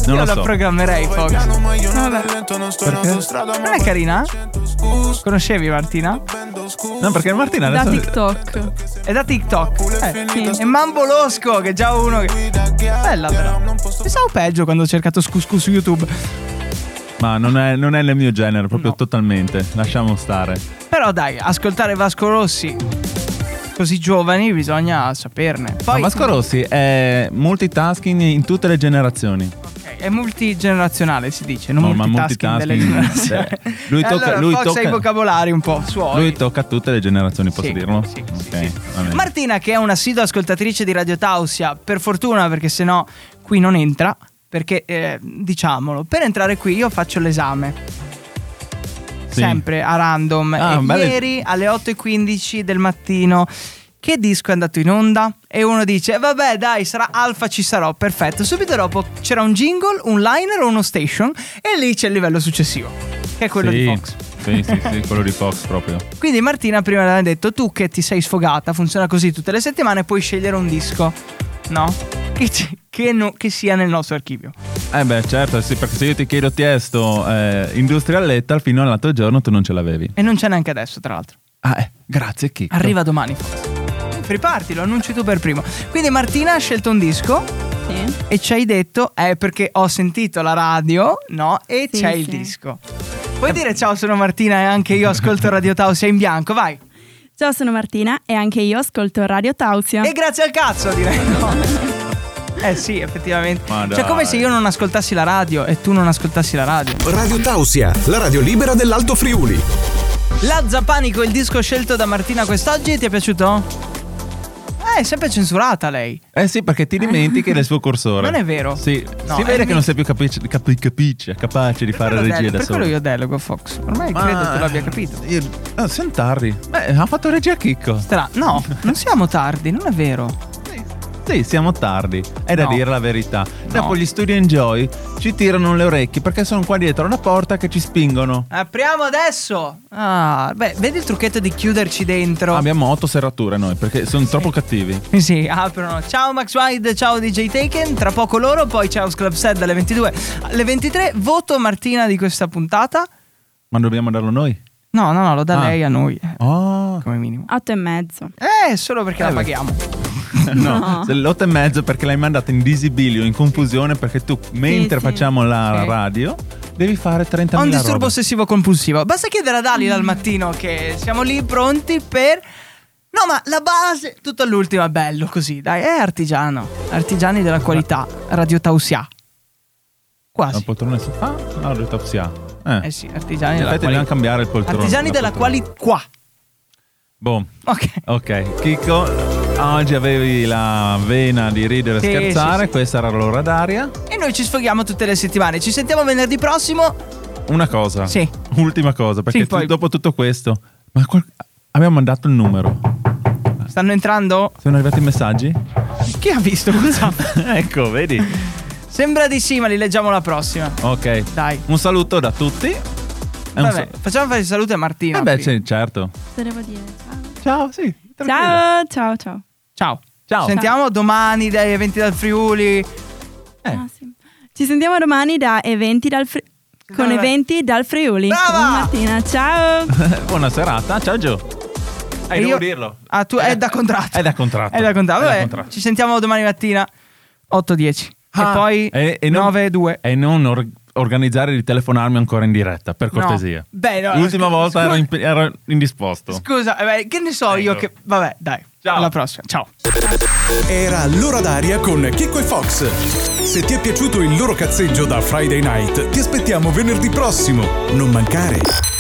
S3: Non
S2: Io
S3: lo so.
S2: programmerei, Fox.
S3: Perché?
S2: Non è carina? Conoscevi Martina?
S3: No, perché Martina
S5: Da
S3: adesso.
S5: TikTok.
S2: È da TikTok. Eh,
S5: sì.
S2: È Mambolosco, che è già uno. che- Bella, però. Pensavo peggio quando ho cercato Scuscu su YouTube.
S3: Ma non è, non è nel mio genere, proprio
S2: No.
S3: totalmente. Lasciamo stare.
S2: Però dai, ascoltare Vasco Rossi così giovani bisogna saperne.
S3: Ma
S2: Poi
S3: Vasco Rossi è multitasking in tutte le generazioni.
S2: Ok, È multigenerazionale si dice, non
S3: No, ma
S2: multitasking, delle
S3: multitasking,
S2: generazioni.
S3: sì. Lui
S2: E
S3: tocca-
S2: allora,
S3: lui
S2: Fox
S3: tocca-
S2: ha i vocabolari un po' suoi.
S3: Lui tocca tutte le generazioni, posso
S2: Sì,
S3: dirlo?
S2: sì, sì,
S3: Ok,
S2: sì.
S3: va bene.
S2: Martina, che è una assidua ascoltatrice di Radio Tausia, per fortuna perché sennò qui non entra, perché eh, diciamolo, per entrare qui io faccio l'esame.
S3: Sì.
S2: Sempre a random.
S3: Ah,
S2: E
S3: belle-
S2: Ieri alle 8.15 del mattino. Che disco è andato in onda? E uno dice: "Eh, Vabbè, dai, sarà Alfa, ci sarò. Perfetto. Subito dopo c'era un jingle, un liner o uno station. E lì c'è il livello successivo, che è quello
S3: sì.
S2: di Fox.
S3: Sì, sì, sì, quello di Fox proprio.
S2: Quindi Martina prima l'aveva detto tu che ti sei sfogata, funziona così tutte le settimane, puoi scegliere un disco, no? Che, ci- che no- che sia nel nostro archivio.
S3: Eh beh, certo, sì, perché se io ti chiedo Tiesto eh, Industrial Lethal fino all'altro giorno tu non ce l'avevi.
S2: E non c'è neanche adesso, tra l'altro.
S3: Ah, eh, grazie Chicco.
S2: Arriva domani. Riparti, lo annunci tu per primo. Quindi Martina ha scelto un disco
S5: Sì.
S2: e ci hai detto, eh perché ho sentito la radio, no? E
S5: Sì,
S2: c'è
S5: sì.
S2: il disco. Puoi dire ciao, sono Martina e anche io ascolto Radio Tausia in bianco, vai.
S5: Ciao, sono Martina e anche io ascolto Radio Tausia.
S2: E grazie al cazzo, direi. No. Eh sì, effettivamente.
S3: Ma
S2: Cioè,
S3: dai.
S2: come se io non ascoltassi la radio e tu non ascoltassi la radio.
S4: Radio Tausia, la radio libera dell'Alto Friuli.
S2: Lazza Panico, il disco scelto da Martina quest'oggi, ti è piaciuto? Eh, è sempre censurata lei.
S3: Eh sì, perché ti dimentichi del suo cursore.
S2: Non è vero.
S3: Sì,
S2: No,
S3: si
S2: è
S3: vede
S2: mi-
S3: che non sei più capace, capi- capice, capace di fare
S2: Quello
S3: la regia
S2: del-
S3: da
S2: per
S3: solo.
S2: quello io delego Fox. Ormai
S3: Ma-
S2: credo tu l'abbia capito.
S3: Io... Ah, siamo tardi. Beh, ha fatto regia Chicco.
S2: Stra- no, non siamo tardi, non è vero.
S3: Sì, siamo tardi. È da
S2: No.
S3: dire la verità. Dopo gli studio Enjoy ci tirano le orecchie perché sono qua dietro una porta che ci spingono.
S2: Apriamo adesso. Ah, beh, vedi il trucchetto di chiuderci dentro.
S3: Ah, Abbiamo otto serrature noi perché sono troppo cattivi.
S2: Sì, aprono. Ciao Max Wide, ciao DJ Taken. Tra poco loro, poi c'è House Club Set dalle 22 alle 23. Voto Martina di questa puntata.
S3: Ma dobbiamo darlo noi?
S2: No, no, no, lo dà
S3: Ah.
S2: lei a noi. eh,
S3: Oh,
S2: Come minimo.
S5: 8 e mezzo.
S2: Eh, solo perché
S3: Eh,
S2: la
S3: beh.
S2: paghiamo.
S3: no, se l'otto e mezzo perché l'hai mandata in disibilio, in confusione perché tu mentre
S5: sì.
S3: facciamo la
S2: Sì.
S3: radio devi fare 30
S2: Ho un
S3: minuti.
S2: disturbo ossessivo compulsivo. Basta chiedere a Dalila al mattino che siamo lì pronti per. No, ma la base, tutto all'ultimo è bello così, dai, è artigiano. Artigiani della qualità, Radio Tausia.
S3: Un
S2: Quasi.
S3: poltrone si fa? No, ho detto sì. Eh.
S2: Eh sì, artigiani della
S3: Infatti
S2: qualità.
S3: dobbiamo cambiare il poltrone.
S2: Artigiani della
S3: poltrona.
S2: qualità.
S3: Boh.
S2: Ok.
S3: Ok, Chicco, oggi avevi la vena di ridere e
S2: Sì,
S3: scherzare,
S2: sì, sì.
S3: questa era l'ora d'aria.
S2: E noi ci sfoghiamo tutte le settimane. Ci sentiamo venerdì prossimo.
S3: Una cosa,
S2: Sì.
S3: ultima cosa, perché
S2: Sì, poi-
S3: tu- dopo tutto questo, ma qual- abbiamo mandato il numero.
S2: Stanno entrando?
S3: Sono arrivati i messaggi?
S2: Chi ha visto WhatsApp?
S3: ecco, vedi.
S2: Sembra di sì, ma li leggiamo la prossima.
S3: Ok,
S2: Dai.
S3: Un saluto da tutti. E un
S2: Vabbè, facciamo fare i saluti a Martina.
S3: sa- Vabbè,
S2: prima.
S3: sì, certo.
S5: Te devo dire. Ciao.
S3: Ciao, sì. tranquilla.
S5: Ciao, ciao, ciao.
S2: Ciao.
S3: Ciao.
S2: Sentiamo domani dai eventi dal Friuli.
S3: Eh.
S5: Ah, sì. Ci sentiamo domani da eventi dal Fri- con
S2: Brava.
S5: eventi dal Friuli.
S2: Brava!
S5: Con Martina, ciao.
S3: Buona serata. Ciao, Gio. Eh,
S2: E
S3: devo
S2: io-
S3: dirlo.
S2: Ah, tu è da contratto.
S3: È da contratto.
S2: È da contratto.
S3: È da
S2: Vabbè,
S3: contratto.
S2: ci sentiamo domani mattina 8:10
S3: Ah,
S2: e poi
S3: e- e non-
S2: 9:02.
S3: E non or- organizzare di telefonarmi ancora in diretta, per
S2: No.
S3: cortesia.
S2: Beh, no,
S3: L'ultima
S2: scu-
S3: volta
S2: scu-
S3: ero, impe- ero indisposto.
S2: Scusa, eh, beh, che ne so io
S3: Ecco.
S2: che vabbè, dai.
S3: Oh. Ciao.
S2: Alla prossima. Ciao.
S1: Era l'ora d'aria con Chicco e Fox. Se ti è piaciuto il loro cazzeggio da Friday Night, ti aspettiamo venerdì prossimo. Non mancare.